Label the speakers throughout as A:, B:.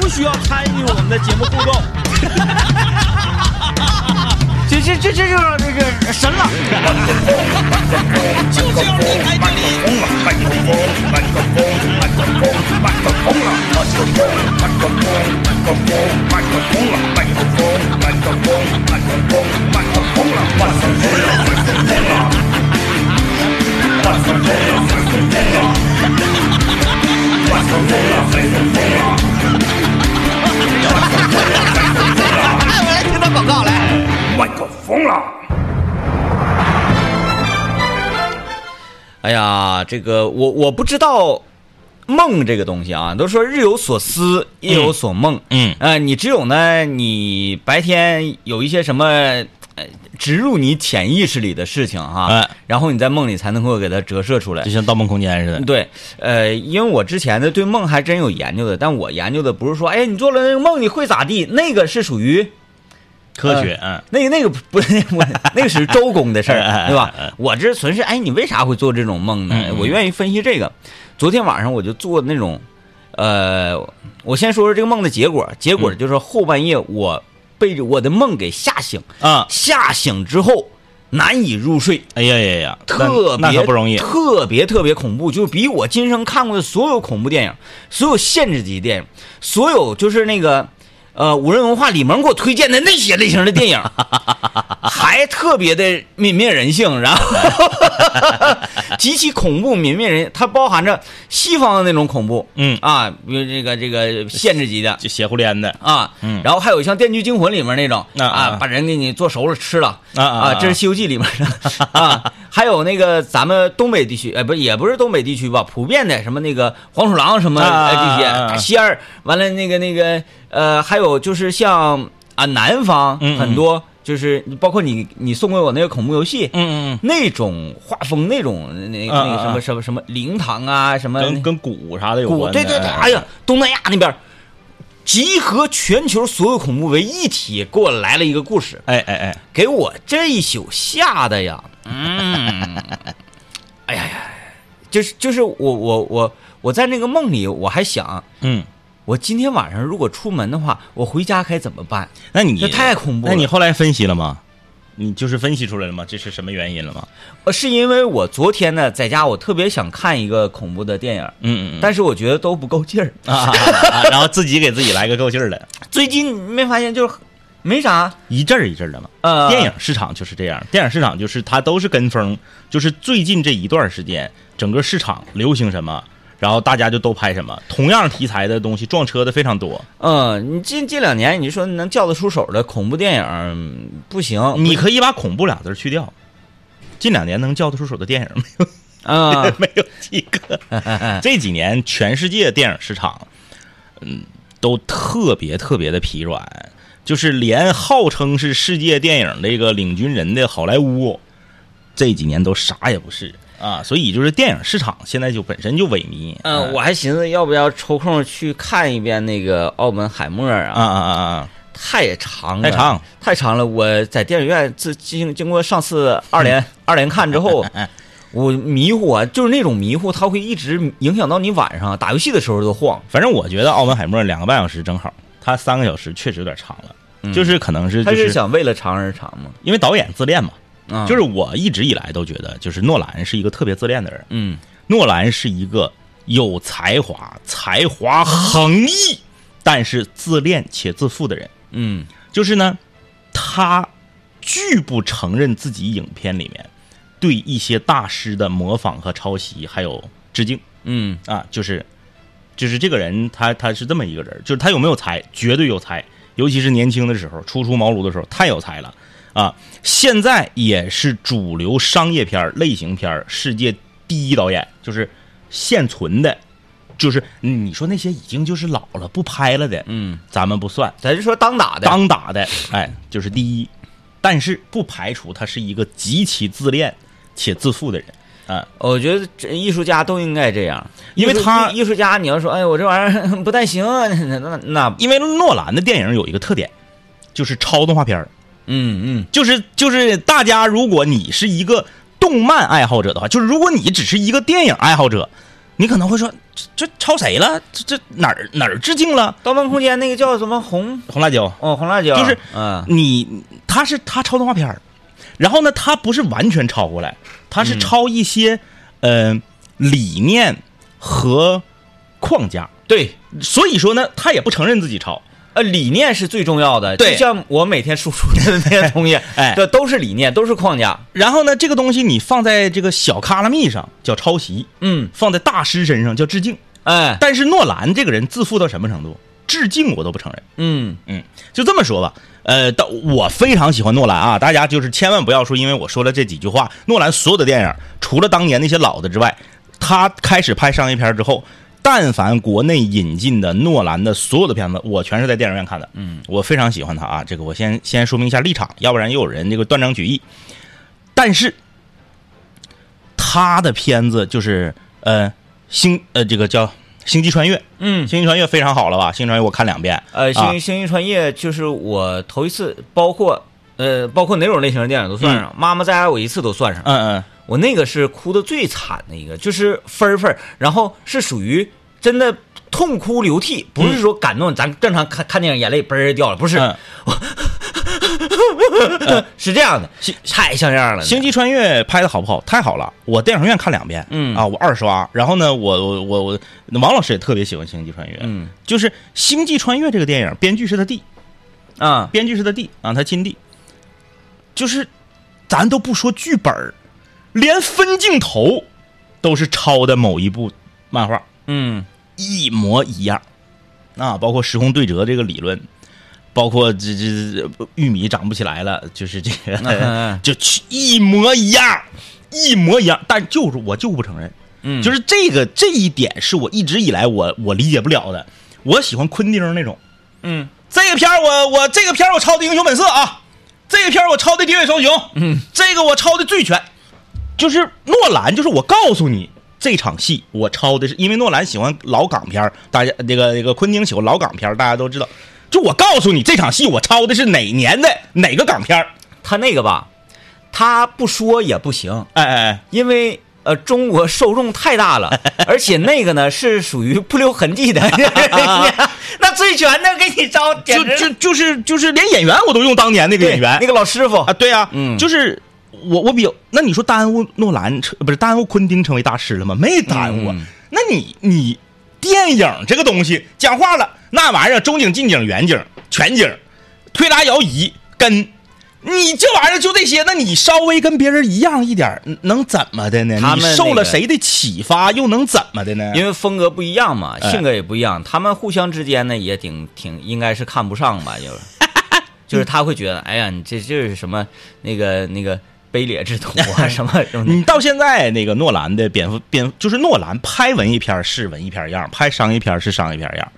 A: 不需要参与我们的节目互动。
B: 这这这这就是这个神了。
A: 就是要离开这里。
B: 哎，我来听段广告来。
C: 麦克风了。
A: 哎呀，这个我我不知道梦这个东西啊，都说日有所思，夜有所梦。
C: 嗯嗯
A: 呃，你只有呢，你白天有一些什么呃植入你潜意识里的事情哈、
C: 哎
A: 然后你在梦里才能够给它折射出来
C: 就。像《盗梦空间》似的。
A: 对，呃，因为我之前呢对梦还真有研究的，但我研究的不是说，哎，你做了那个梦你会咋地，那个是属于
C: 科学，嗯，
A: 那个那个不是我那个是周公的事
C: 哎哎
A: 儿，
C: 哎
A: 对 吧？我这纯是哎，你为啥会做这种梦呢
C: 嗯？嗯
A: 我愿意分析这个。昨天晚上我就做那种，呃，我先说说这个梦的结果。结果
C: 嗯
A: 就是后半夜我被着我的梦给吓醒，
C: 啊，
A: 吓醒之后难以入睡，
C: 哎呀呀呀，那
A: 特别
C: 那可不容易。
A: 特别特别恐怖，就是比我今生看过的所有恐怖电影、所有限制级电影、所有就是那个呃五人文化李萌给我推荐的那些类型的电影，还特别的泯灭人性，然后 极其恐怖、泯灭人，它包含着西方的那种恐怖
C: 嗯，
A: 啊，比如这个这个限制级的。
C: 就邪乎连的
A: 啊，
C: 嗯
A: 然后还有像《电锯惊魂》里面那种
C: 啊啊
A: 把人给你做熟了吃了，
C: 啊
A: 啊，这是《西游记》里面的 啊，还有那个咱们东北地区，呃，不也不是东北地区吧，普遍的什么那个黄鼠狼什么
C: 啊
A: 呃
C: 啊
A: 这些
C: 啊啊
A: 打仙儿，完了那个那个呃，还有就是像啊南方
C: 嗯嗯
A: 很多就是包括你你送给我那个恐怖游戏。
C: 嗯嗯
A: 那种画风，那种那那
C: 啊
A: 那个
C: 啊
A: 什
C: 啊
A: 么什么什么灵堂啊，什么
C: 嗯，
A: 那
C: 跟跟鼓啥的有
A: 古
C: 关的。
A: 对对对，哎呀，东南亚那边儿集合全球所有恐怖为一体，给我来了一个故事，
C: 哎哎哎，
A: 给我这一宿吓的呀，嗯， 哎呀呀，就是就是我我我我在那个梦里，我还想，
C: 嗯，
A: 我今天晚上如果出门的话，我回家该怎么办？
C: 那你
A: 这太恐怖了
C: 那你后来分析了吗？你就是分析出来了吗？这是什么原因了吗？
A: 呃是因为我昨天呢在家，我特别想看一个恐怖的电影，
C: 嗯嗯
A: 但是我觉得都不够劲儿。
C: 嗯啊，啊啊啊然后自己给自己来个够劲儿的，
A: 最近你没发现就是没啥
C: 一阵儿一阵儿的嘛。
A: 呃
C: 电影市场就是这样，电影市场就是它都是跟风，就是最近这一段时间，整个市场流行什么，然后大家就都拍什么。同样题材的东西撞车的非常多，
A: 嗯，你近近两年你说能叫得出手的恐怖电影嗯不行，
C: 你可以把恐怖俩字儿去掉。近两年能叫得出手的电影
A: 啊、
C: 没有几个。这几年全世界电影市场，嗯，都特别特别的疲软，就是连号称是世界电影这个领军人的好莱坞，这几年都啥也不是啊。所以就是电影市场现在就本身就萎靡。啊
A: 嗯、我还寻思要不要抽空去看一遍那个《澳门海默》
C: 啊
A: 啊，
C: 啊啊啊！
A: 太长了，
C: 太长，
A: 太长了。我在电影院自经经过上次二
C: 嗯
A: 连、 二连看之 后，我迷糊啊，就是那种迷糊，它会一直影响到你晚上打游戏的时候都晃。
C: 反正我觉得《奥本海默》两个半小时正好，他三个小时确实有点长了，就是可能是
A: 他
C: 就是是
A: 想为了长而长嘛，
C: 因为导演自恋嘛。
A: 啊、
C: 就是我一直以来都觉得，就是诺兰是一个特别自恋的人，
A: 嗯
C: 诺兰是一个有才华、才华横溢，但是自恋且自负的人。
A: 嗯
C: 就是呢，他拒不承认自己影片里面对一些大师的模仿和抄袭，还有致敬
A: 嗯
C: 啊，就是就是这个人他他是这么一个人，就是他有没有才，绝对有才，尤其是年轻的时候，初出茅庐的时候，太有才了啊！现在也是主流商业片儿、类型片儿世界第一导演，就是现存的，就是你说那些已经就是老了不拍了的，
A: 嗯，
C: 咱们不算，
A: 咱就说当打的，
C: 当打的，哎，就是第一，但是不排除他是一个极其自恋且自负的人啊。
A: 我觉得这艺术家都应该这样，
C: 因为
A: 艺术
C: 他
A: 艺艺术家，你要说，哎，我这玩意儿 不太行啊，那那那，
C: 因为诺兰的电影有一个特点，就是抄动画片儿，
A: 嗯嗯
C: 就是就是大家如果你是一个动漫爱好者的话，就是如果你只是一个电影爱好者，你可能会说这这抄谁了？这这哪儿哪儿致敬了？
A: 《盗梦空间》那个叫什么红
C: 红辣椒，
A: 哦，红辣椒，
C: 就是
A: 嗯，
C: 你他是他抄动画片儿，然后呢，他不是完全抄过来，他是抄一些、呃理念和框架。
A: 对，
C: 所以说呢，他也不承认自己抄。
A: 呃，理念是最重要的，
C: 对
A: 就像我每天输出的那些东西，
C: 哎
A: 这都是理念，都是框架，
C: 然后呢，这个东西你放在这个小卡拉密上叫抄袭，
A: 嗯，
C: 放在大师身上叫致敬。
A: 哎，
C: 但是诺兰这个人自负到什么程度？致敬我都不承认。
A: 嗯，
C: 嗯，就这么说吧。呃，到我非常喜欢诺兰啊，大家就是千万不要说，因为我说了这几句话，诺兰所有的电影除了当年那些老的之外，他开始拍商业片之后，但凡国内引进的诺兰的所有的片子，我全是在电影院看的。嗯，我非常喜欢他啊，这个我先先说明一下立场，要不然又有人这个断章取义。但是他的片子就是呃星呃这个叫《星际穿越》，
A: 嗯
C: 《星际穿越》非常好了吧？《星际穿越》我看两遍，
A: 呃，
C: 啊
A: 星《星际穿越》就是我头一次，包括呃，包括哪种类型的电影都算上，妈妈再爱我一次》都算上。
C: 嗯嗯。
A: 我那个是哭的最惨的一个，就是分儿分儿，然后是属于真的痛哭流涕，不是说感动，咱正常看看电影眼泪嘣儿掉了，不是，
C: 嗯
A: 是这样的
C: 星，
A: 太像样了呢。
C: 星际穿越拍的好不好？太好了！我电影院看两遍，
A: 嗯
C: 啊，我二刷。然后呢，我我我我，王老师也特别喜欢《星际穿越》，
A: 嗯，
C: 就是《星际穿越》这个电影，编剧是他弟，
A: 啊，
C: 编剧是他弟啊，他亲弟。就是，咱都不说剧本儿连分镜头都是抄的某一部漫画，
A: 嗯
C: 一模一样啊，包括时空对折这个理论，包括这这这玉米长不起来了，就是这个，
A: 嗯嗯
C: 就去一模一样，一模一样，但就是我就不承认，
A: 嗯，
C: 就是是这个这一点是我一直以来我我理解不了的。我喜欢昆汀那种，
A: 嗯
C: 这个片儿我我这个片儿我抄的《英雄本色》啊，这个片儿我抄的《喋血双雄》，嗯，这个我抄的《醉拳》，就是诺兰，就是我告诉你这场戏我抄的是，因为诺兰喜欢老港片儿，大家这个这个昆汀喜欢老港片儿，大家都知道。就我告诉你这场戏我抄的是哪年的哪个港片儿，
A: 他那个吧，他不说也不行，
C: 哎哎哎，
A: 因为呃，中国受众太大 了，而且那个呢是属于不留痕迹的。那醉拳的给你招，简
C: 就
A: 直
C: 就就是就是连演员我都用当年那个
A: 对
C: 演员
A: 那个老师傅
C: 啊，，对啊，
A: 嗯
C: 就是我我比较那你说耽误诺兰成不是耽误昆汀成为大师了吗？没耽误啊，
A: 嗯
C: 那你你电影这个东西讲话了，那玩意儿中景、近景、远景、全景，推拉摇移跟。你这玩意儿就这些，那你稍微跟别人一样一点儿，能怎么的呢？
A: 他
C: 你
A: 们
C: 受
A: 那
C: 了
A: 个
C: 谁的启发，又能怎么的呢？
A: 因为风格不一样嘛，
C: 哎
A: 性格也不一样，他们互相之间呢也挺挺应该是看不上吧， 就是就是他会觉得，哎呀，你这就是什么那个那个卑劣之徒啊， 什么什么的，
C: 你到现在那个诺兰的蝙蝠蝙就是诺兰拍文艺片儿是文艺片儿样儿，拍商业片儿是商业片儿样儿。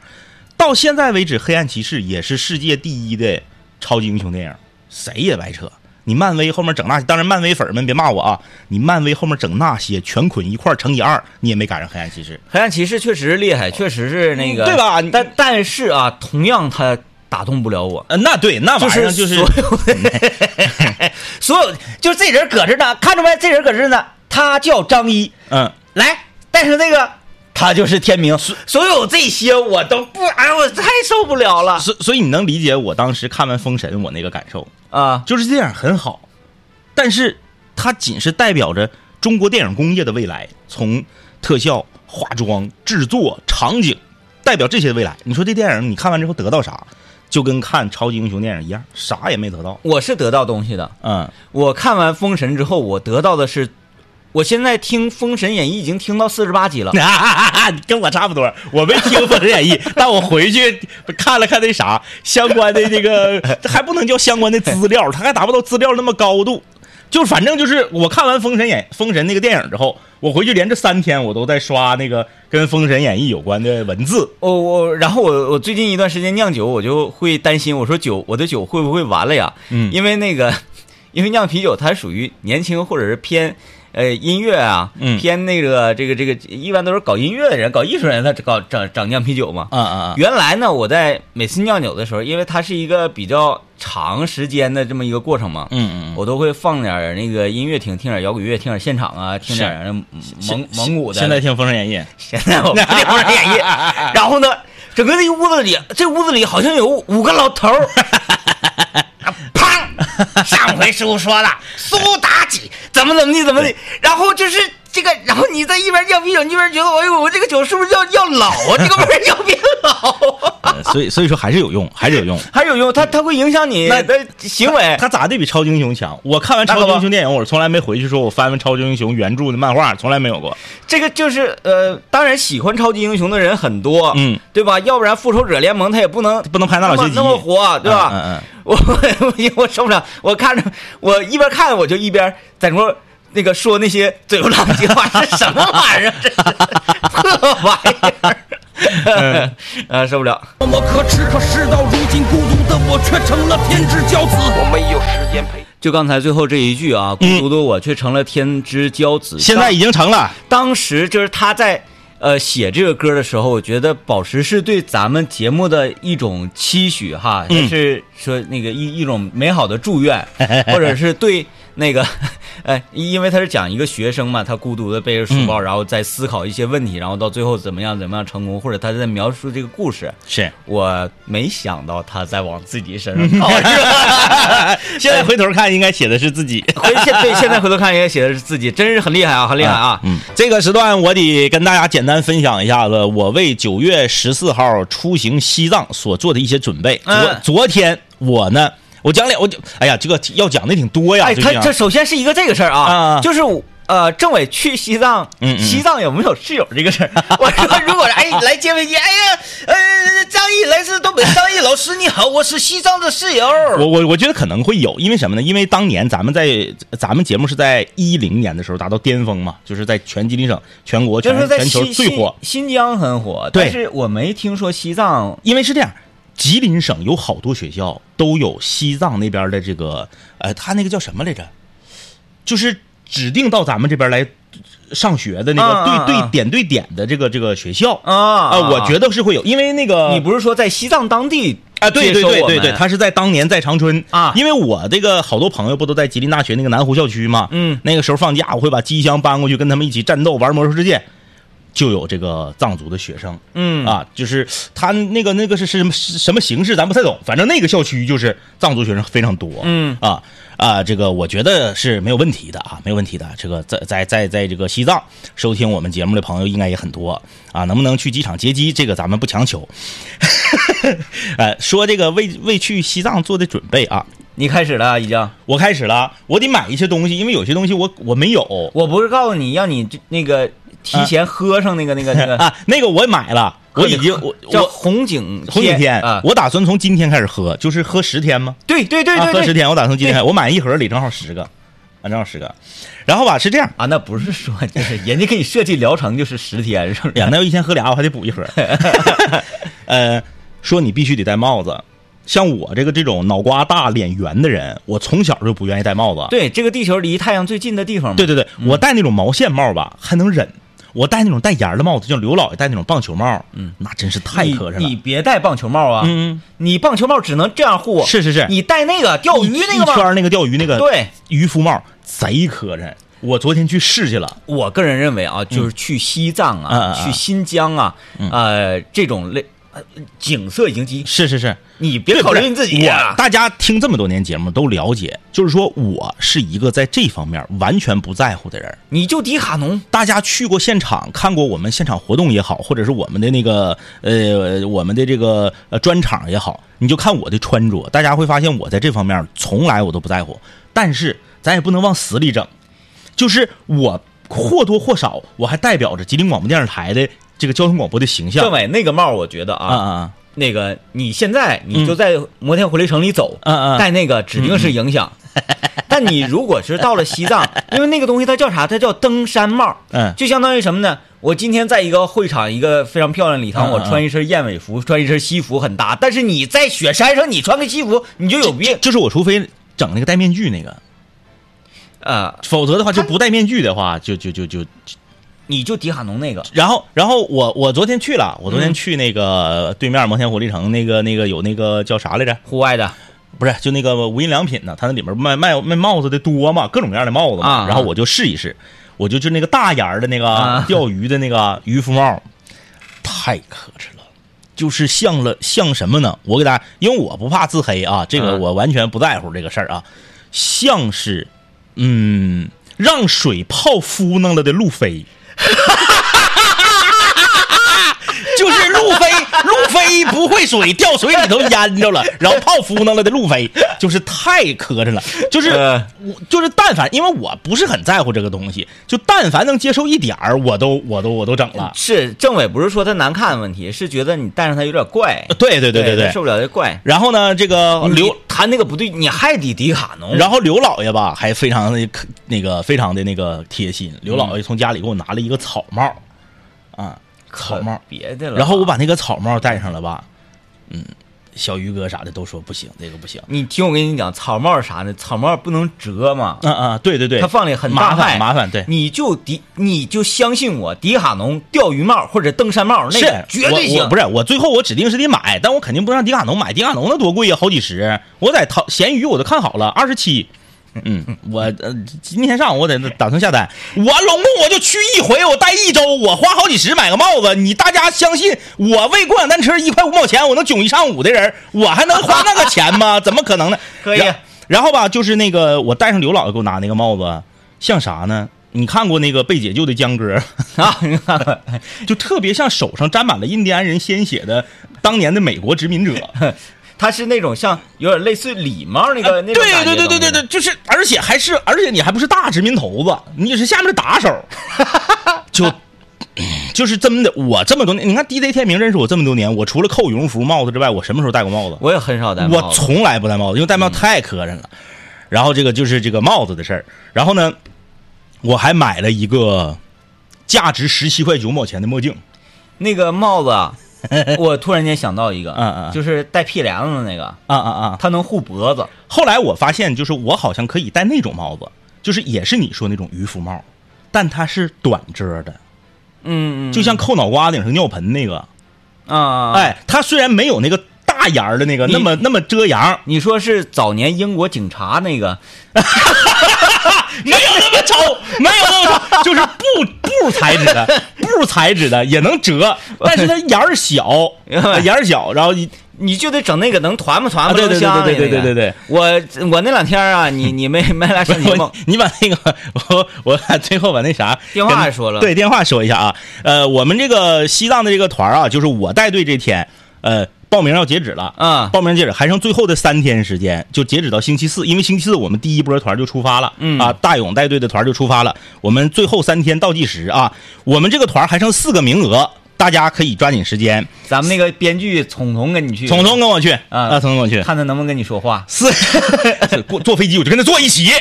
C: 到现在为止，《黑暗骑士》也是世界第一的超级英雄电影，谁也白扯。你漫威后面整那些，当然漫威粉儿们别骂我啊！你漫威后面整那些全捆一块儿乘以二，你也没赶上《黑暗骑士》。
A: 黑暗骑士确哎实厉害，确实是那个
C: 对吧你
A: 但但是啊，同样他打动不了我。
C: 呃，那对，那玩意儿
A: 就
C: 就是
A: 所 有的，所有就这人搁这呢，看着没？这人搁这呢，他叫张一，
C: 嗯，
A: 来戴上这个，他就是天明。所有这些我都不，哎呀，我太受不了了
C: 所所以你能理解我当时看完《封神》我那个感受。
A: 啊！
C: 就是这样很好，但是它仅是代表着中国电影工业的未来，从特效、化妆、制作、场景，代表这些未来。你说这电影你看完之后得到啥？就跟看超级英雄电影一样，啥也没得到。
A: 我是得到东西的。
C: 嗯，
A: 我看完《封神》之后，我得到的是，我现在听《封神演义》已经听到四十八集 了。
C: 啊跟我差不多，我没听《封神演义》，但我回去看了看那啥相关的这个， 这还不能叫相关的资料，它还达不到资料那么高度。就反正就是我看完《封神演》《封神》那个电影之后，我回去连着三天我都在刷那个跟《封神演义》有关的文字。
A: 我、我，然后我我最近一段时间酿酒，我就会担心，我说酒我的酒会不会完了呀？
C: 嗯
A: 因为那个，因为酿啤酒它属于年轻或者是偏呃音乐啊，
C: 嗯
A: 偏那个这个这个，一般都是搞音乐的人，搞艺术人，他搞整整酿啤酒嘛。
C: 啊啊啊！
A: 原来呢，我在每次酿酒的时候，因为它是一个比较长时间的这么一个过程嘛，
C: 嗯嗯嗯，
A: 我都会放点儿那个音乐听，听点儿摇滚乐，听点儿现场啊，听点儿蒙
C: 嗯
A: 蒙蒙古的。
C: 现在听《封神演义》
A: 现在我们这不是演绎，然后呢，整个这屋子里，这屋子里好像有五个老头儿。啊砰！上回师傅说了，苏妲己怎么怎么地怎么地，然后就是这个，然后你在一边酿啤酒，你一边觉得，哎呦，我这个酒是不是要要老啊？这个味儿要变老。啊
C: 呃，所以所以说还是有用，还是有用。
A: 还有用，它它会影响你
C: 那
A: 的行为。
C: 他咋的比超级英雄强？我看完超级英雄电影，我从来没回去说我翻翻超级英雄原著的漫画，从来没有过。
A: 这个就是呃，当然喜欢超级英雄的人很多，
C: 嗯，
A: 对吧？要不然复仇者联盟它也不能
C: 不能拍那老
A: 那
C: 些
A: 么
C: 集
A: 那么火，对吧？
C: 嗯嗯
A: 我我我受不了，我看着我一边看我就一边在那块儿那个说那些嘴不浪叽话，这什么玩意 儿？这是破玩意
C: 嗯
A: 儿，啊，受不了。
D: 多么可耻！可事到如今，孤独的我却成了天之骄子。我没有时间陪。
A: 就刚才最后这一句啊，孤独的我却成了天之骄子。
C: 嗯现在已经成了，
A: 当时就是他在呃写这个歌的时候，我觉得宝石是对咱们节目的一种期许哈，也是说那个一一种美好的祝愿，或者是对那个。 呃，因为他是讲一个学生嘛，他孤独的背着书包，然后在思考一些问题，然后到最后怎么样怎么样成功，或者他在描述这个故事。
C: 是。
A: 我没想到他在往自己身上靠， 是吧？
C: 现在回头看，应该写的是自己。
A: 回现对现在回头看，也写的是自己，真是很厉害啊，很厉害啊！
C: 嗯，这个时段我得跟大家简单分享一下子，我为九月十四号出行西藏所做的一些准备。昨、
A: 嗯
C: 昨天我呢，我讲两，我就哎呀，这个要讲的挺多呀，
A: 哎，
C: 最
A: 他
C: 近啊
A: 这首先是一个这个事儿
C: 啊啊
A: 啊，就是我呃，政委去西藏
C: 嗯，嗯
A: 西藏有没有室友 这个事儿？我说如果是哎来接飞机，哎呀，呃，张毅来自东北，张毅老师你好，我是西藏的室友。
C: 我我我觉得可能会有，因为什么呢？因为当年咱们在咱们节目是在一零年的时候达到巅峰嘛，就是在全吉林省、全国、
A: 就是说
C: 全
A: 在
C: 全球
A: 西
C: 最火。
A: 新新疆很火，
C: 对
A: 但是我没听说西藏
C: 因为是这样，吉林省有好多学校都有西藏那边的这个，呃，他那个叫什么来着？就是指定到咱们这边来上学的那个对
A: 啊啊
C: 对
A: 啊
C: 点对点的这个这个学校
A: 啊
C: 啊、
A: 啊
C: 我觉得是会有，因为那个
A: 你不是说在西藏当地
C: 呃啊，对
A: 接
C: 对对
A: 收我
C: 对
A: 们
C: 对，他是在当年在长春
A: 啊
C: 因为我这个好多朋友不都在吉林大学那个南湖校区嘛，
A: 嗯
C: 那个时候放假我会把机箱搬过去跟他们一起战斗玩魔兽世界，就有这个藏族的学生，
A: 嗯
C: 啊，就是他那个那个是是什么是什么形式咱不太懂，反正那个校区就是藏族学生非常多，
A: 嗯
C: 啊啊，这个我觉得是没有问题的啊，没有问题的。这个在在在在这个西藏收听我们节目的朋友应该也很多啊，能不能去机场接机，这个咱们不强求。 呃，说这个为为去西藏做的准备啊，
A: 你开始了啊已经，
C: 我开始了，我得买一些东西，因为有些东西我我没有
A: 我不是告诉你让你这那个提前喝上那个那个那个，
C: 啊，那个我买了， 我已经我
A: 叫
C: 我
A: 红景
C: 红景天
A: 啊，，
C: 我打算从今天开始喝，就是喝十天吗？
A: 对对对
C: 啊，喝
A: 对
C: 十
A: 对。
C: 天，我打算今天开始，我买一盒里正好十个，啊正好十个，然后吧是这样。
A: 啊，那不是说就是人家给你设计疗程就是十天，是不
C: 呀
A: 是？，
C: 那要一天喝俩，我还得补一 盒。 呃，说你必须得戴帽子，像我这个这种脑瓜大、脸圆的人，我从小就不愿意戴帽子。
A: 对，这个地球离太阳最近的地方嘛。
C: 对对对，我戴那种毛线帽吧还能忍，我戴那种带檐儿的帽子，像刘老爷戴那种棒球帽，嗯，那真是太
A: 你，
C: 磕碜
A: 你
C: 了。
A: 别戴棒球帽啊！
C: 嗯，
A: 你棒球帽只能这样护。
C: 是是是
A: 你戴那个钓鱼那个
C: 一圈
A: 吗？
C: 儿那个钓鱼那个
A: 对，
C: 渔夫帽贼磕碜。我昨天去试去了，
A: 我个人认为啊，就是去西藏
C: 嗯
A: 啊
C: 嗯，嗯嗯
A: 去新疆啊，呃，这种类呃景色营及，
C: 是是是，
A: 你别
C: 对
A: 考
C: 不是
A: 虑你自己
C: 我
A: 啊。
C: 大家听这么多年节目都了解，就是说我是一个在这方面完全不在乎的人。
A: 你就迪卡侬，
C: 大家去过现场看过我们现场活动也好，或者是我们的那个呃我们的这个呃专场也好，你就看我的穿着，大家会发现我在这方面从来我都不在乎。但是咱也不能往死里整，就是我或多或少我还代表着吉林广播电视台的这个交通广播的形象
A: 政。委那个帽，我觉得
C: 啊啊啊！
A: 那个你现在你就在摩天回力城里走，
C: 嗯嗯
A: 带那个指定是影响。但你如果是到了西藏， 因为那个东西它叫啥？它叫登山帽。
C: 嗯
A: 就相当于什么呢？我今天在一个会场，一个非常漂亮的礼堂，
C: 嗯嗯
A: 我穿一身燕尾服，穿一身西服很搭。但是你在雪山上，你穿个西服，你就有病。
C: 就是我，除非整那个戴面具那个，
A: 呃，
C: 否则的话就不戴面具的话，就就就就。
A: 你就迪卡侬那个，
C: 然后，然后我我昨天去了，我昨天去那个对面摩天活力城那个那个有那个叫啥来着？
A: 户外的，
C: 不是，就那个无印良品呢，它那里面卖卖卖帽子的多嘛，各种各样的帽子嘛。
A: 啊
C: 然后我就试一试，我就就那个大檐儿的那个、
A: 啊
C: 钓鱼的那个渔夫帽，太磕碜了，就是像了像什么呢？我给大家，因为我不怕自黑啊，这个
A: 嗯
C: 我完全不在乎这个事儿啊，像是嗯，让水泡敷弄了的路飞。 就是路飞，路飞不会水，掉水里头淹着了，然后泡敷弄了的路飞，就是太磕碜了。就是
A: 呃
C: 我，就是但凡，因为我不是很在乎这个东西，就但凡能接受一点儿，我都我都我都整了。
A: 呃是政委不是说他难看的问题，是觉得你戴上它有点怪，
C: 嗯对对对
A: 对
C: 对对
A: 受。不了这怪。
C: 然后呢，这个刘
A: 刘他那个不对，你还得迪卡侬，
C: 然后刘老爷吧，还非常的那个非常的那个贴心。刘老爷从家里给我拿了一个草帽，啊，草帽。
A: 别的了吧。
C: 然后我把那个草帽戴上了吧，嗯，小鱼哥啥的都说不行，这个不行。
A: 你听我跟你讲，草帽是啥呢？草帽不能折嘛，
C: 嗯嗯，对对对，
A: 它放里很
C: 麻
A: 大
C: 烦
A: 害
C: 麻烦，对。
A: 你就迪你就相信我，迪卡侬钓鱼帽或者登山帽那
C: 是
A: 个绝对
C: 我
A: 行
C: 我。不是我最后我指定是得买，但我肯定不让迪卡侬买，迪卡侬那多贵呀，好几十。我在淘闲鱼我都看好了，二十七。嗯，我呃今天上午我得打算下单。我拢共我就去一回，我待一周，我花好几十买个帽子。你大家相信我为共享单车一块五毛钱，我能囧一上午的人，我还能花那个钱吗？ 怎么可能呢？
A: 可以
C: 然。然后吧，就是那个我戴上刘老爷给我拿那个帽子，像啥呢？你看过那个被解救的江哥？
A: 啊，你看看
C: 就特别像手上沾满了印第安人鲜血的当年的美国 殖民者。
A: 它是那种像有点类似礼帽那呃个那
C: 对
A: 种感觉
C: 啊对对对对
A: 东
C: 对，
A: 西，
C: 就是，而且还是，而且你还不是大殖民头子，你是下面的 打手，就。 就是真的，我这么多年，你看 DJ 天明认识我这么多年，我除了扣羽绒服、帽子之外，我什么时候戴过帽子？
A: 我也很少戴帽
C: 我
A: 子。
C: 从来不戴帽子，因为戴帽太磕碜了。然后这个就是这个帽子的事儿。然后呢，我还买了一个价值十七块九毛钱的墨镜。
A: 那个帽子 啊，我突然间想到一个，
C: 嗯嗯
A: 就是带屁帘子的那个，
C: 啊啊啊！
A: 它能护脖子。
C: 后来我发现，就是我好像可以戴那种帽子，就是也是你说那种渔夫帽，但它是短遮的，
A: 嗯嗯，
C: 就像扣脑瓜顶上尿盆那个。
A: 啊，，
C: 哎，它虽然没有那个大檐儿的那个
A: 你
C: 那么那么遮阳，
A: 你说是早年英国警察那个，
C: 没有那么丑，没有那么 丑，就是布布材质的，布材质的也能折，但是它檐儿 小，呃檐儿小，然后一
A: 你就得整那个能团吧团吧
C: 啊对
A: 能
C: 对
A: 香
C: 对对
A: 的那个
C: 对对对对
A: 我我那两天啊， 你你没没来上节目
C: 我，你把那个 我我把最后把那啥
A: 电话
C: 跟
A: 说了
C: 对电话说一下啊。呃，我们这个西藏的这个团儿啊，就是我带队这天，呃，报名要截止了
A: 嗯
C: 报名截止还剩最后的三天时间，就截止到星期四，因为星期四我们第一波团就出发了，
A: 嗯
C: 啊，大勇带队的团就出发了，我们最后三天倒计时啊，我们这个团还剩四个名额，大家可以抓紧时间，
A: 咱们那个编剧聪聪跟你去，
C: 聪聪跟我去啊，聪聪跟我去，
A: 嗯看他能不能跟你说话。
C: 四过坐飞机我就跟他坐一起。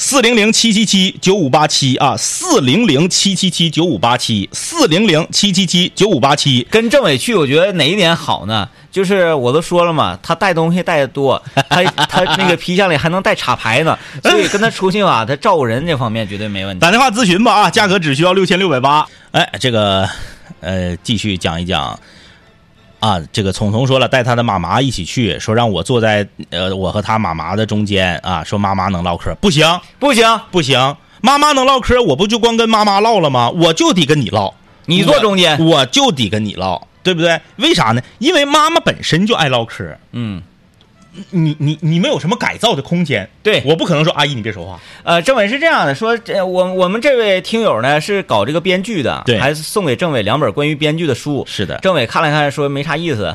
C: 四零零七七七九五八七啊，四零零七七七九五八七，四零零七七七九五八七。
A: 跟政委去，我觉得哪一点好呢？就是我都说了嘛，他带东西带的多， 他他那个皮箱里还能带插排 呢，所以跟他出去啊，他照顾人这方面绝对没问题。
C: 打电话咨询吧啊，价格只需要六千六百八。哎，这个呃，继续讲一讲啊，这个聪聪说了，带他的妈妈一起去，说让我坐在呃我和他妈妈的中间啊，说妈妈能唠嗑， 不行
A: 不行，
C: 不行，妈妈能唠嗑，我不就光跟妈妈唠了吗？我就得跟你唠。
A: 你坐中间。
C: 我就得跟你唠，对不对？为啥呢？因为妈妈本身就爱唠嗑，
A: 嗯，
C: 你你你们有什么改造的空间？
A: 对
C: 我不可能说阿姨你别说话，
A: 呃，政委是这样的，说这我我们这位听友呢是搞这个编剧的，
C: 对
A: 还送给政委两本关于编剧的书。
C: 是的
A: 政委看了看，说没啥意思，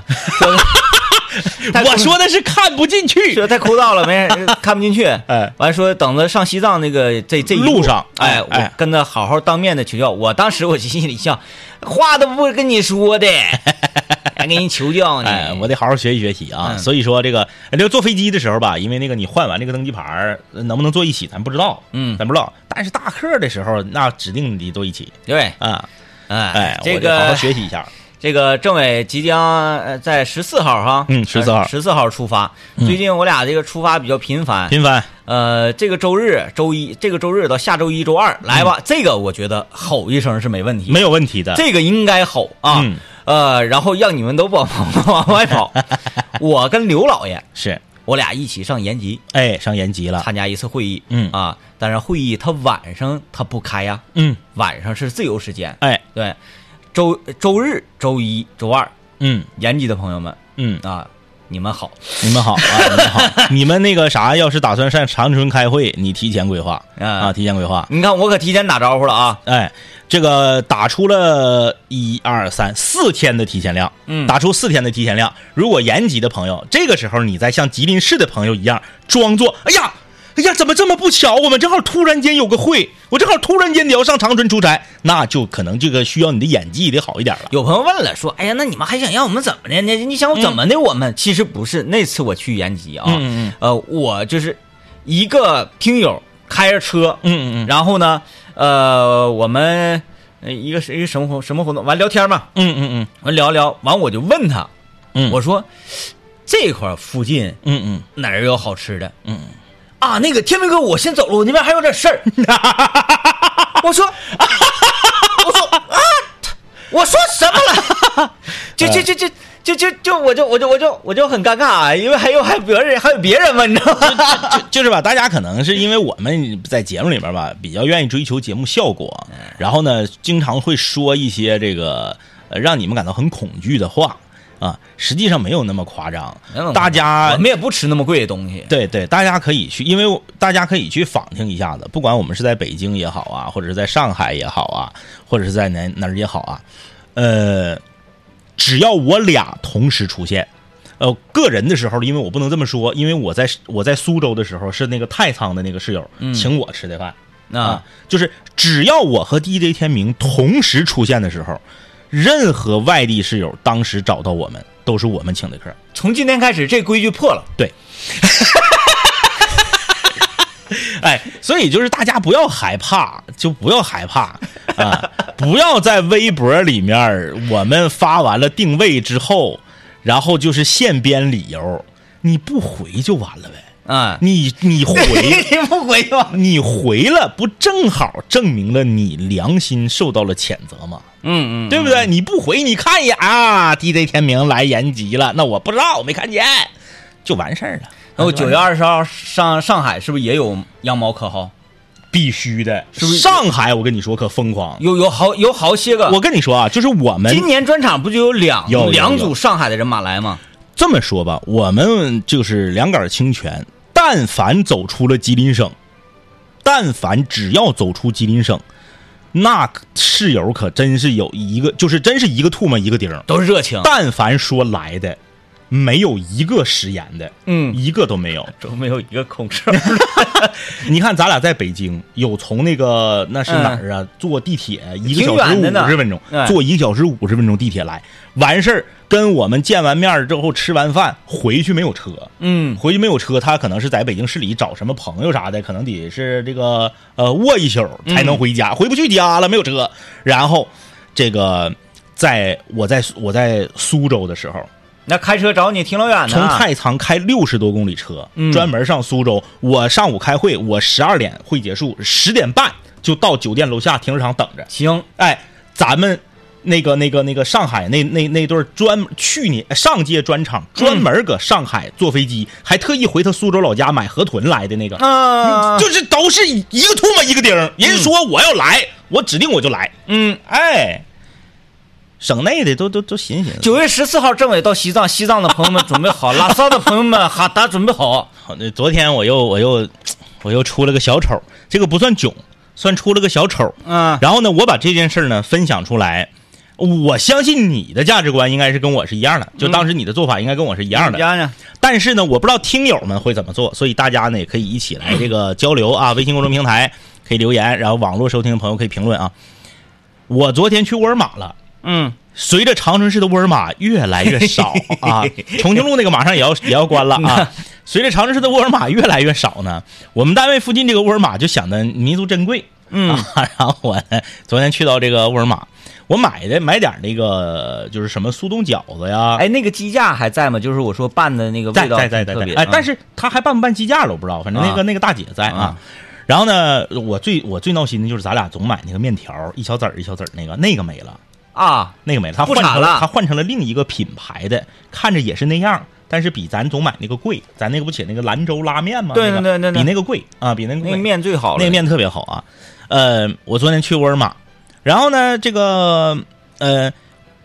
A: 太
C: 我说的是看不进去。
A: 说太枯燥了，没人看不进去。
C: 哎
A: 完说等着上西藏那个这这一
C: 路上
A: 哎，
C: 哎哎
A: 我跟他好好当面的求教。我当时我就心里想，话都不跟你说的，还跟人求教呢。
C: 哎，我得好好学习学习啊！
A: 嗯
C: 所以说这个，哎就坐飞机的时候吧，因为那个你换完这个登机牌儿呃能不能坐一起，咱不知道，
A: 嗯
C: 咱不知道。但是大客的时候，那指定得坐一起
A: 对，
C: 啊！
A: 哎
C: 哎，
A: 这
C: 我得好好
A: 个
C: 学习一下。
A: 这个政委即将呃在十四号哈，
C: 嗯14号嗯
A: 十四号出发。最近我俩这个出发比较频繁，
C: 频繁，
A: 呃，这个周日、周一，这个周日到下周一周二
C: 嗯
A: 来吧，这个我觉得吼一声是没问题，
C: 没有问题的。
A: 这个应该吼啊，
C: 嗯
A: 呃，然后让你们都往往外 跑。我跟刘老爷，
C: 是，
A: 我俩一起上延吉
C: 哎，上延吉了。
A: 参加一次会议，
C: 嗯
A: 啊，但是会议他晚上他不开呀、
C: 嗯，
A: 晚上是自由时间，
C: 哎，
A: 对，周周日、周一周二，
C: 嗯
A: 延吉的朋友们
C: 嗯，
A: 啊，你们好，
C: 你们好啊，你们 好。你们那个啥，要是打算上长春开会，你提前规划
A: 啊
C: 啊，提前规划。
A: 你看我可提前打招呼了啊，
C: 哎，这个打出了一二三四天的提前量，
A: 嗯
C: 打出四天的提前量。如果延吉的朋友，这个时候你再像吉林市的朋友一样，装作哎呀，哎呀，怎么这么不巧？我们正好突然间有个会，我正好突然间你要上长春出差，那就可能这个需要你的演技得好一点了。
A: 有朋友问了，说：“哎呀，那你们还想让我们怎么的呢？你想我怎么的？我们、其实不是。那次我去延吉啊，
C: 嗯嗯
A: 呃，我就是一个听友开着车，
C: 嗯嗯
A: 然后呢，呃，我们呃一个是一个什么活什么活动，完聊天嘛，
C: 嗯嗯
A: 完聊聊，完我就问他，
C: 嗯
A: 我说这块儿附近
C: 嗯嗯
A: 哪儿有好吃的？嗯啊，那个天明哥，我先走了，我那边还有点 事儿。我 说，我说啊，我说什么了？ 就就就就就就就我就我就我就我就很尴尬啊，因为还有还有别人还有别人嘛，你知道 吗？
C: 就就是吧，大家可能是因为我们在节目里面吧，比较愿意追求节目效果，然后呢，经常会说一些这个呃让你们感到很恐惧的话啊，实际上没有那么夸张，大家
A: 我们也不吃那么贵的东西。
C: 对对，大家可以去，因为我大家可以去仿听一下子，不管我们是在北京也好啊，或者是在上海也好啊，或者是在哪哪儿也好啊，呃，只要我俩同时出现，呃，个人的时候，因为我不能这么说，因为我在我在苏州的时候是那个太仓的那个室友、请我吃的饭
A: 啊，
C: 就是只要我和 DJ 天明同时出现的时候，任何外地室友当时找到我们，都是我们请的客。
A: 从今天开始，这规矩破了。
C: 对。 哎，所以就是大家不要害怕，就不要害怕啊！不要在微博里面儿，我们发完了定位之后，然后就是现编理由，你不回就完了呗。
A: 啊，
C: 你你回，
A: 你不回吧？
C: 你回了，不正好证明了你良心受到了谴责吗？
A: 嗯嗯，
C: 对不对？你不回，你看一眼啊，DJ 天明来延吉了，那我不知道，我没看见，就完事儿了。
A: 然后九月二十号上上海是不是也有羊毛可薅？
C: 必须的，
A: 是不是
C: 上海，我跟你说可疯狂。
A: 有有好有好些个。
C: 我跟你说啊，就是我们
A: 今年专场不就有两
C: 有有
A: 两
C: 有
A: 组上海的人马来吗？
C: 这么说吧，我们就是两杆儿清泉，但凡走出了吉林省，但凡只要走出吉林省，那可室友可真是有一个，就是真是一个唾沫一个钉儿。
A: 都是热情，
C: 但凡说来的，没有一个食言的，
A: 嗯
C: 一个都没有。
A: 都没有一个空声。
C: 你看，咱俩在北京有从那个那是哪儿啊？坐地铁一个
A: 嗯挺
C: 小时
A: 远的呢
C: 五十分钟
A: 哎，
C: 坐一个小时五十分钟地铁来，完事儿跟我们见完面儿之后吃完饭回去没 有车，
A: 嗯，
C: 回去没有车，他可能是在北京市里找什么朋友啥的，可能得是这个呃卧一宿才
A: 嗯
C: 能回家，回不去家了，没有车。然后这个在我在我在苏州的时候，
A: 那开车找你挺老远的
C: 从
A: 啊，
C: 太仓开六十多公里车，专门上苏州。我上午开会，我十二点会结束，十点半就到酒店楼下停车场等着。
A: 行，
C: 哎，咱们那个那个那个上海那那那对儿专去年上届专场专门搁上海坐飞机，还特意回他苏州老家买河豚来的那个，
A: 啊，
C: 嗯就是都是一个唾沫一个钉儿。人说我要来，我指定我就来。
A: 嗯，
C: 哎，省内的都都都寻思寻思。
A: 九月十四号政委到西藏，西藏的朋友们准备好，拉萨的朋友们哈达准备好，
C: 好，那昨天我又我又我又出了个小丑，这个不算囧，算出了个小丑。
A: 嗯
C: 然后呢，我把这件事儿呢分享出来，我相信你的价值观应该是跟我是一样的，就当时你的做法应该跟我是一样的。
A: 家呢？
C: 但是呢，我不知道听友们会怎么做，所以大家呢也可以一起来这个交流啊。微信公众平台可以留言，然后网络收听的朋友可以评论啊。我昨天去沃尔玛了。
A: 嗯，
C: 随着长春市的沃尔玛越来越少 啊，重庆路那个马上也要也要关了啊。随着长春市的沃尔玛越来越少呢，我们单位附近这个沃尔玛就显得弥足珍贵。
A: 嗯
C: 啊，然后我呢，昨天去到这个沃尔玛，我买的买点儿那个就是什么速冻饺子呀，
A: 哎，那个鸡架还在吗？就是我说拌的那个
C: 在
A: 味道
C: 在在在
A: 挺特
C: 在
A: 别，嗯
C: 哎，但
A: 是
C: 是他还办不办鸡架了我不知道，反正那个
A: 啊
C: 那个大姐在啊
A: 啊。
C: 然后呢，我最我最闹心的就是咱俩总买那个面条儿，一小籽儿一小籽儿那个，那个没了，
A: 啊，
C: 那个没了，他
A: 不
C: 换成
A: 产了
C: 他换成了另一个品牌的，看着也是那样，但是比咱总买那个贵，咱那个不写那个兰州拉面吗？
A: 对
C: 那个
A: 对对对对
C: 比那个贵啊，比那个
A: 那
C: 贵
A: 个。面最好了，
C: 那个面特别好啊。呃，我昨天去沃尔玛，然后呢，这个呃，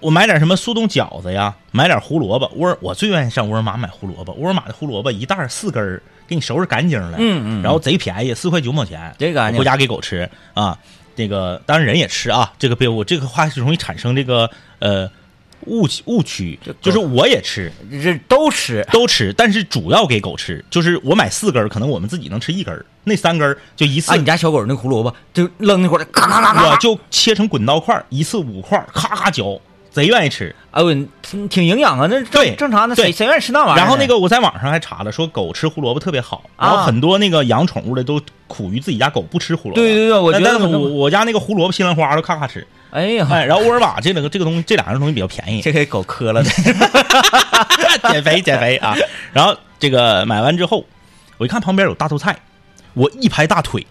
C: 我买点什么速冻饺子呀，买点胡萝卜。沃尔我最愿意上沃尔玛买胡萝卜，沃尔玛的胡萝卜一袋儿四根儿，给你收拾干净了，
A: 嗯嗯嗯
C: 然后贼便宜，四块九毛钱，
A: 贼干
C: 我
A: 净
C: 回家给狗吃啊。这个当然人也吃啊，这个别我这个话是容易产生这个呃误区误区
A: 这狗，
C: 就是我也吃，
A: 这都吃，
C: 都吃，但是主要给狗吃，就是我买四根儿，可能我们自己能吃一根儿，那三根儿就一次
A: 啊，你家小狗那胡萝卜就扔那块儿，咔咔咔咔
C: 我，就切成滚刀块儿，一次五块儿，咔咔嚼，贼愿意吃。
A: 哎呦，挺挺营养啊，那
C: 对
A: 正正常的
C: 对
A: 谁谁愿意吃那玩意儿呢？
C: 然后那个我在网上还查了，说狗吃胡萝卜特别好，
A: 啊
C: 然后很多那个养宠物的都苦于自己家狗不吃胡萝卜。
A: 对对对我觉得
C: 但但
A: 很
C: 我
A: 正
C: 我家那个胡萝卜西兰花都咔 咔吃。
A: 哎呀，
C: 哎，然后沃尔玛这两个这个东西，这两样东西比较便宜，
A: 这给狗磕 了的，
C: 减肥减肥啊。 然后这个买完之后，我一看旁边有大头菜，我一拍大腿，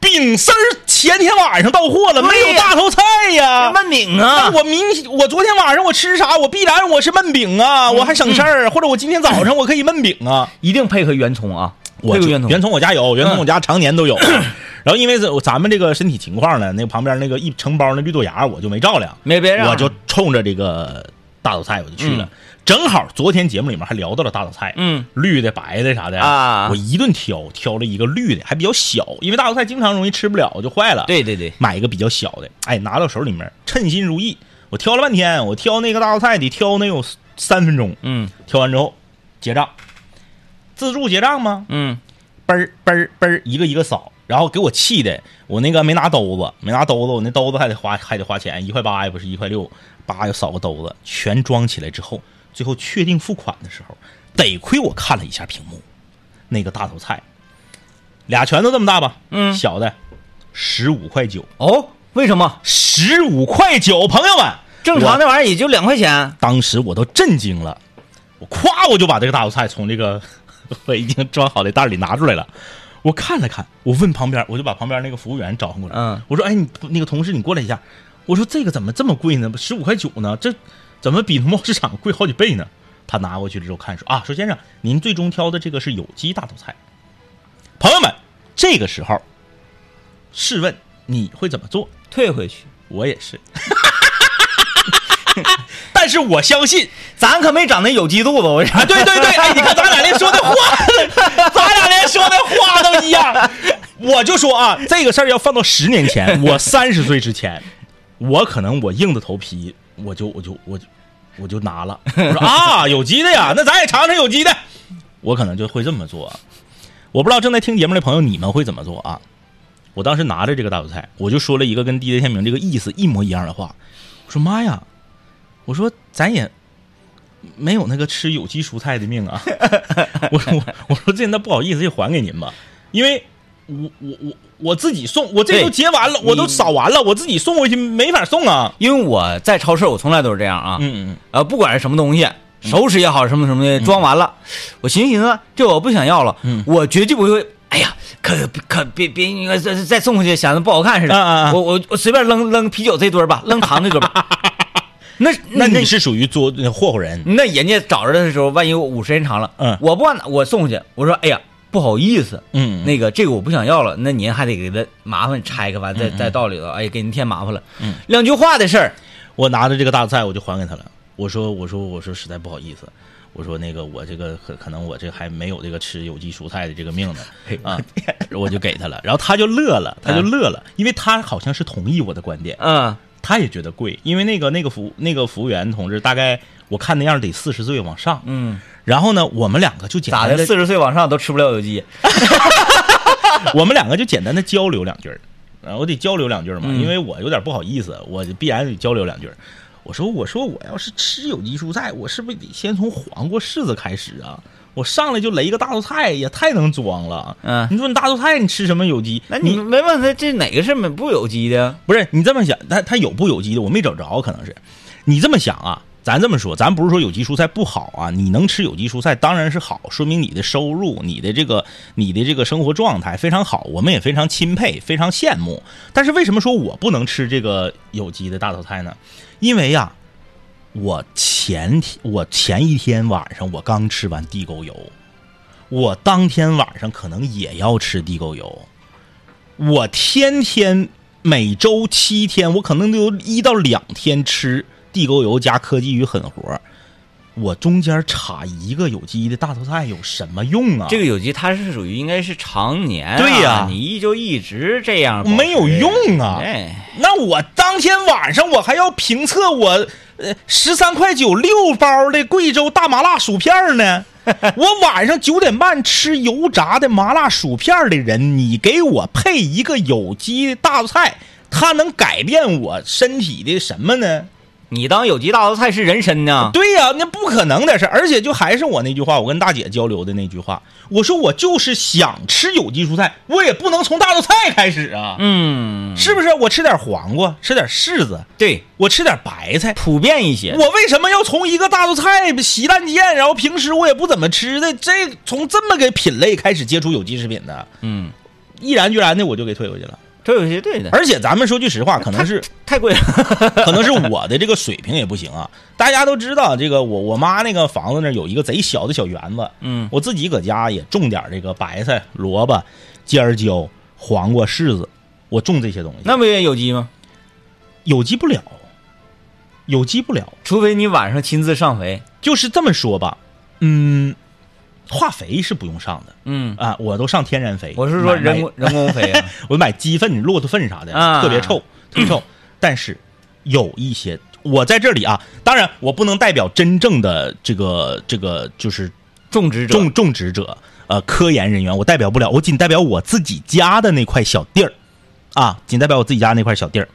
C: 饼丝儿前天晚上到货了，没
A: 对
C: 有
A: 呀
C: 大头菜呀、
A: 焖饼
C: 那
A: 啊，
C: 哎我明我昨天晚上我吃啥？我必然我是焖饼啊，我还省事儿，或者我今天早上我可以焖饼啊。
A: 一定配合圆葱啊，
C: 我
A: 配合
C: 就
A: 圆葱，
C: 圆葱我家有，圆葱
A: 嗯
C: 我家常年都有。啊然后因为咱咱们这个身体情况呢，那旁边那个一成包那绿豆芽我就没照亮，
A: 没别让啊
C: 我就冲着这个大头菜我就去了。正好昨天节目里面还聊到了大头菜，
A: 嗯，
C: 绿的、白的啥的
A: 啊
C: 我一顿挑，挑了一个绿的，还比较小，因为大头菜经常容易吃不了就坏了。
A: 对对对，
C: 买一个比较小的，哎，拿到手里面称心如意。我挑了半天，我挑那个大头菜得挑能有三分钟，
A: 嗯
C: 挑完之后结账，自助结账吗？
A: 嗯，
C: 嘣儿嘣儿嘣儿，一个一个扫，然后给我气的，我那个没拿兜子，没拿兜子，我那兜子还得花还得花钱，一块八也不是一块六，八又扫个兜子，全装起来之后，最后确定付款的时候，得亏我看了一下屏幕，那个大头菜，俩拳头这么大吧，
A: 嗯
C: 小的十五块九。
A: 哦，为什么
C: 十五块九，朋友们，
A: 正常
C: 的。
A: 那玩意儿也就两块钱？
C: 当时我都震惊了，我咵我就把这个大头菜从这个我已经装好的袋里拿出来了。我看了看，我问旁边，我就把旁边那个服务员找上过来，
A: 嗯
C: 我说：“哎，你那个同事，你过来一下。”我说：“这个怎么这么贵呢？十五块九呢？这怎么比农贸市场贵好几倍呢？”他拿过去了之后看说：“啊，说先生，您最终挑的这个是有机大头菜。”朋友们，这个时候，试问你会怎么做？
A: 退回去，
C: 我也是， 但是我相信
A: 咱可没长那有机肚子，我
C: 啊，
A: 啥？
C: 对对对，哎，你看咱俩连说的话， 咱俩连说的话都一样。我就说啊，这个事儿要放到十年前，我三十岁之前，我可能我硬着头皮，我就我就我就我就拿了。我说啊，有机的呀，那咱也尝尝有机的。我可能就会这么做。我不知道正在听节目的朋友，你们会怎么做啊？我当时拿着这个大头菜，我就说了一个跟 DJ 天明这个意思一模一样的话，我说妈呀，我说咱也没有那个吃有机蔬菜的命啊！ 我说我我说这那不好意思，就还给您吧，因为我我我我自己送，我这都
A: 对
C: 结完了，我都
A: 你
C: 扫完了，我自己送回去没法送啊。
A: 因为我在超市，我从来都是这样啊，
C: 嗯嗯
A: 呃，不管是什么东西，熟食也好，什么什么的，装完了，我寻思寻思，这我不想要了，
C: 嗯
A: 我绝对不会。哎呀，可可别别，应该再再送回去，显得不好看似的。
C: 啊啊啊
A: 我我我随便扔扔啤酒这堆儿吧，扔糖这堆儿 吧。那
C: 那你是属于作呃霍霍人，
A: 那人家找着的时候，万一我捂时间长了，
C: 嗯
A: 我不管哪我送回去，我说哎呀不好意思，
C: 嗯嗯
A: 那个这个我不想要了，那您还得给他麻烦拆开完再再倒里头，哎呀给您添麻烦了，
C: 嗯
A: 两句话的事儿，
C: 我拿着这个大菜我就还给他了。我说我说我说实在不好意思，我说那个我这个可可能我这还没有这个吃有机蔬菜的这个命 呢
A: 哎
C: 啊，我就给他了。然后他就乐了，他就乐了，因为他好像是同意我的观点，
A: 嗯
C: 他也觉得贵，因为那个那个服那个服务员同志大概我看那样得四十岁往上。
A: 嗯，
C: 然后呢，我们两个就简
A: 咋
C: 单
A: 的
C: 的
A: 四十岁往上都吃不了有机，
C: 我们两个就简单的交流两句儿，啊，我得交流两句儿嘛，
A: 嗯
C: 因为我有点不好意思，我必然得交流两句儿。我说，我说我要是吃有机蔬菜，我是不是得先从黄瓜、柿子开始啊？我上来就雷个大头菜，也太能装了。
A: 嗯
C: 你说你大头菜你吃什么有机？
A: 那
C: 你啊
A: 你没问他这哪个是没不有机的？
C: 不是你这么想，他他有不有机的我没找着，可能是你这么想啊。咱这么说，咱不是说有机蔬菜不好啊，你能吃有机蔬菜当然是好，说明你的收入、你的这个、你的这个生活状态非常好，我们也非常钦佩、非常羡慕。但是为什么说我不能吃这个有机的大头菜呢？因为呀、啊我前天我前一天晚上我刚吃完地沟油，我当天晚上可能也要吃地沟油。我天天每周七天，我可能都有一到两天吃地沟油加科技与狠活。我中间插一个有机的大头菜有什么用啊？
A: 这个有机它是属于应该是常年啊、
C: 对呀
A: 你依旧一直这样保持
C: 没有用啊！
A: 哎，
C: 那我当天晚上我还要评测我呃十三块九六包的贵州大麻辣薯片呢。 我晚上九点半吃油炸的麻辣薯片的人，你给我配一个有机大头菜，它能改变我身体的什么呢？
A: 你当有机大头菜是人参呢？
C: 对呀、那不可能的事儿。而且就还是我那句话，我跟大姐交流的那句话，我说我就是想吃有机蔬菜，我也不能从大头菜开始啊，
A: 嗯，
C: 是不是？我吃点黄瓜，吃点柿子，
A: 对，
C: 我吃点白菜。
A: 普遍一些。
C: 我为什么要从一个大头菜稀烂贱，然后平时我也不怎么吃的，这从这么个品类开始接触有机食品的，
A: 嗯，
C: 毅然决然的我就给退回去了。
A: 这有些对的，
C: 而且咱们说句实话，可能是
A: 太贵了。
C: 可能是我的这个水平也不行啊。大家都知道，这个我我妈那个房子那儿有一个贼小的小园子，
A: 嗯
C: 我自己搁家也种点儿这个白菜、萝卜、尖椒、黄瓜、柿子，我种这些东西。
A: 那不也有机吗？
C: 有机不了，有机不了，
A: 除非你晚上亲自上肥。
C: 就是这么说吧，嗯，化肥是不用上的。
A: 嗯，
C: 啊，我都上天然肥。
A: 我是说
C: 买
A: 人
C: 买
A: 工人工肥啊。
C: 我买鸡粪、骆驼粪啥的，
A: 啊
C: 特别 臭，特别臭。但是有一些，我在这里啊，当然我不能代表真正的这个这个就是
A: 种植者，
C: 种种植者，呃，科研人员，我代表不了，我仅代表我自己家的那块小地儿，啊，仅代表我自己家那块小地儿。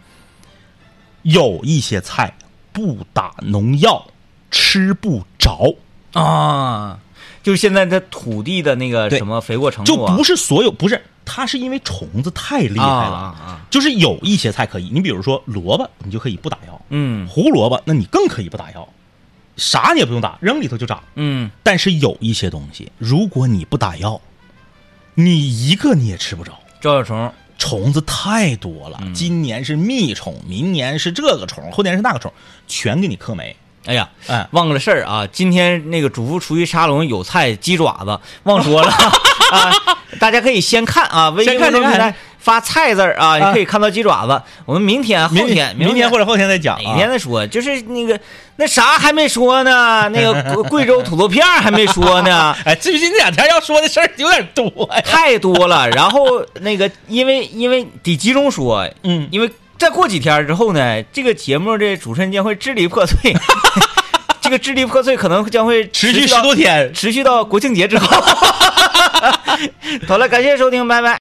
C: 有一些菜不打农药吃不着，
A: 啊，就是现在这土地的那个
C: 对
A: 什么肥沃程
C: 就
A: 度啊、
C: 不是所有，不是，它是因为虫子太厉害了，
A: 啊啊啊
C: 就是有一些菜可以，你比如说萝卜，你就可以不打药，
A: 嗯
C: 胡萝卜那你更可以不打药，啥你也不用打，扔里头就长。
A: 嗯，
C: 但是有一些东西，如果你不打药，你一个你也吃不着，
A: 招小虫，
C: 虫子太多了。
A: 嗯
C: 今年是蜜虫，明年是这个虫，后年是那个虫，全给你克没。
A: 哎呀，
C: 哎
A: 忘了事儿啊！今天那个主妇厨艺沙龙有菜鸡爪子，忘说 了啊！大家可以先看啊，微信
C: 先看
A: 公众
C: 先
A: 平
C: 看
A: 台发菜字儿啊，也
C: 啊
A: 可以看到鸡爪子。我们明天、后
C: 明
A: 天、
C: 明天
A: 天
C: 或者后天再讲、啊。
A: 哪天再说，就是那个那啥还没说呢，那个 贵贵州土豆片儿还没说呢。
C: 哎，最近这两天要说的事儿有点多呀、
A: 太多了。然后那个，因为因为得集中说，
C: 嗯
A: 因为再过几天之后呢，这个节目的主持人将会支离破碎， 这个支离破碎可能将会
C: 持续
A: 续
C: 十
A: 到
C: 多 天，
A: 持续到国庆节之后。好了，感谢收听，拜拜。